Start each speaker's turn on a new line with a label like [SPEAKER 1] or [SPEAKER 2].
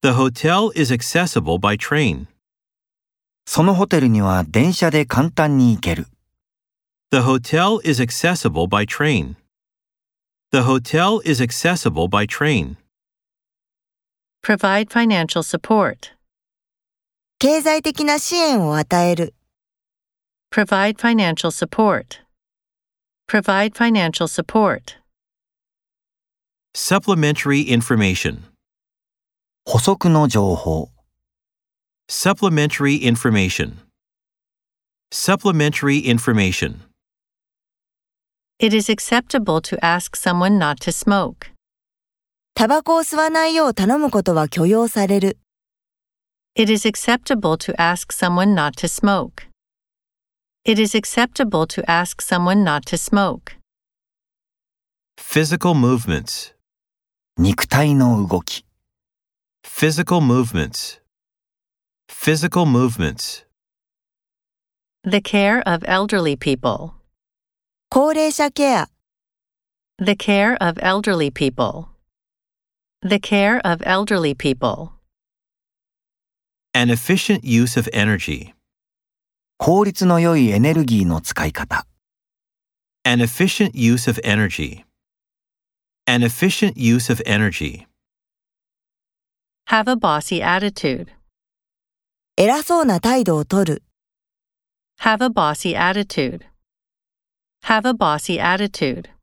[SPEAKER 1] The hotel is accessible by train.
[SPEAKER 2] そのホテルには電車で簡単に行ける。
[SPEAKER 1] The hotel is accessible by train. The hotel is accessible by train.
[SPEAKER 3] Provide financial support.
[SPEAKER 4] 経済的な支援を与える。
[SPEAKER 3] Provide financial support. Provide financial support.
[SPEAKER 1] Supplementary information.
[SPEAKER 2] 補足の情報。
[SPEAKER 1] Supplementary information. Supplementary information.
[SPEAKER 3] It is acceptable to ask someone not to smoke.
[SPEAKER 4] タバコを吸わないよう頼むことは許容される。
[SPEAKER 3] It is acceptable to ask someone not to smoke. It is acceptable to ask someone not to smoke.
[SPEAKER 1] Physical movements.
[SPEAKER 2] 肉体の動き。
[SPEAKER 1] Physical movements. Physical movements.
[SPEAKER 3] The care of elderly people.
[SPEAKER 4] 高齢者ケア、
[SPEAKER 3] The care of elderly people. The care of elderly people.
[SPEAKER 1] An efficient use of energy.
[SPEAKER 2] 効率の良いエネルギーの使い方。
[SPEAKER 1] An efficient use of energy. An efficient use of energy.
[SPEAKER 3] Have a bossy attitude.
[SPEAKER 4] 偉そうな態度をとる。
[SPEAKER 3] Have a bossy attitude. Have a bossy attitude.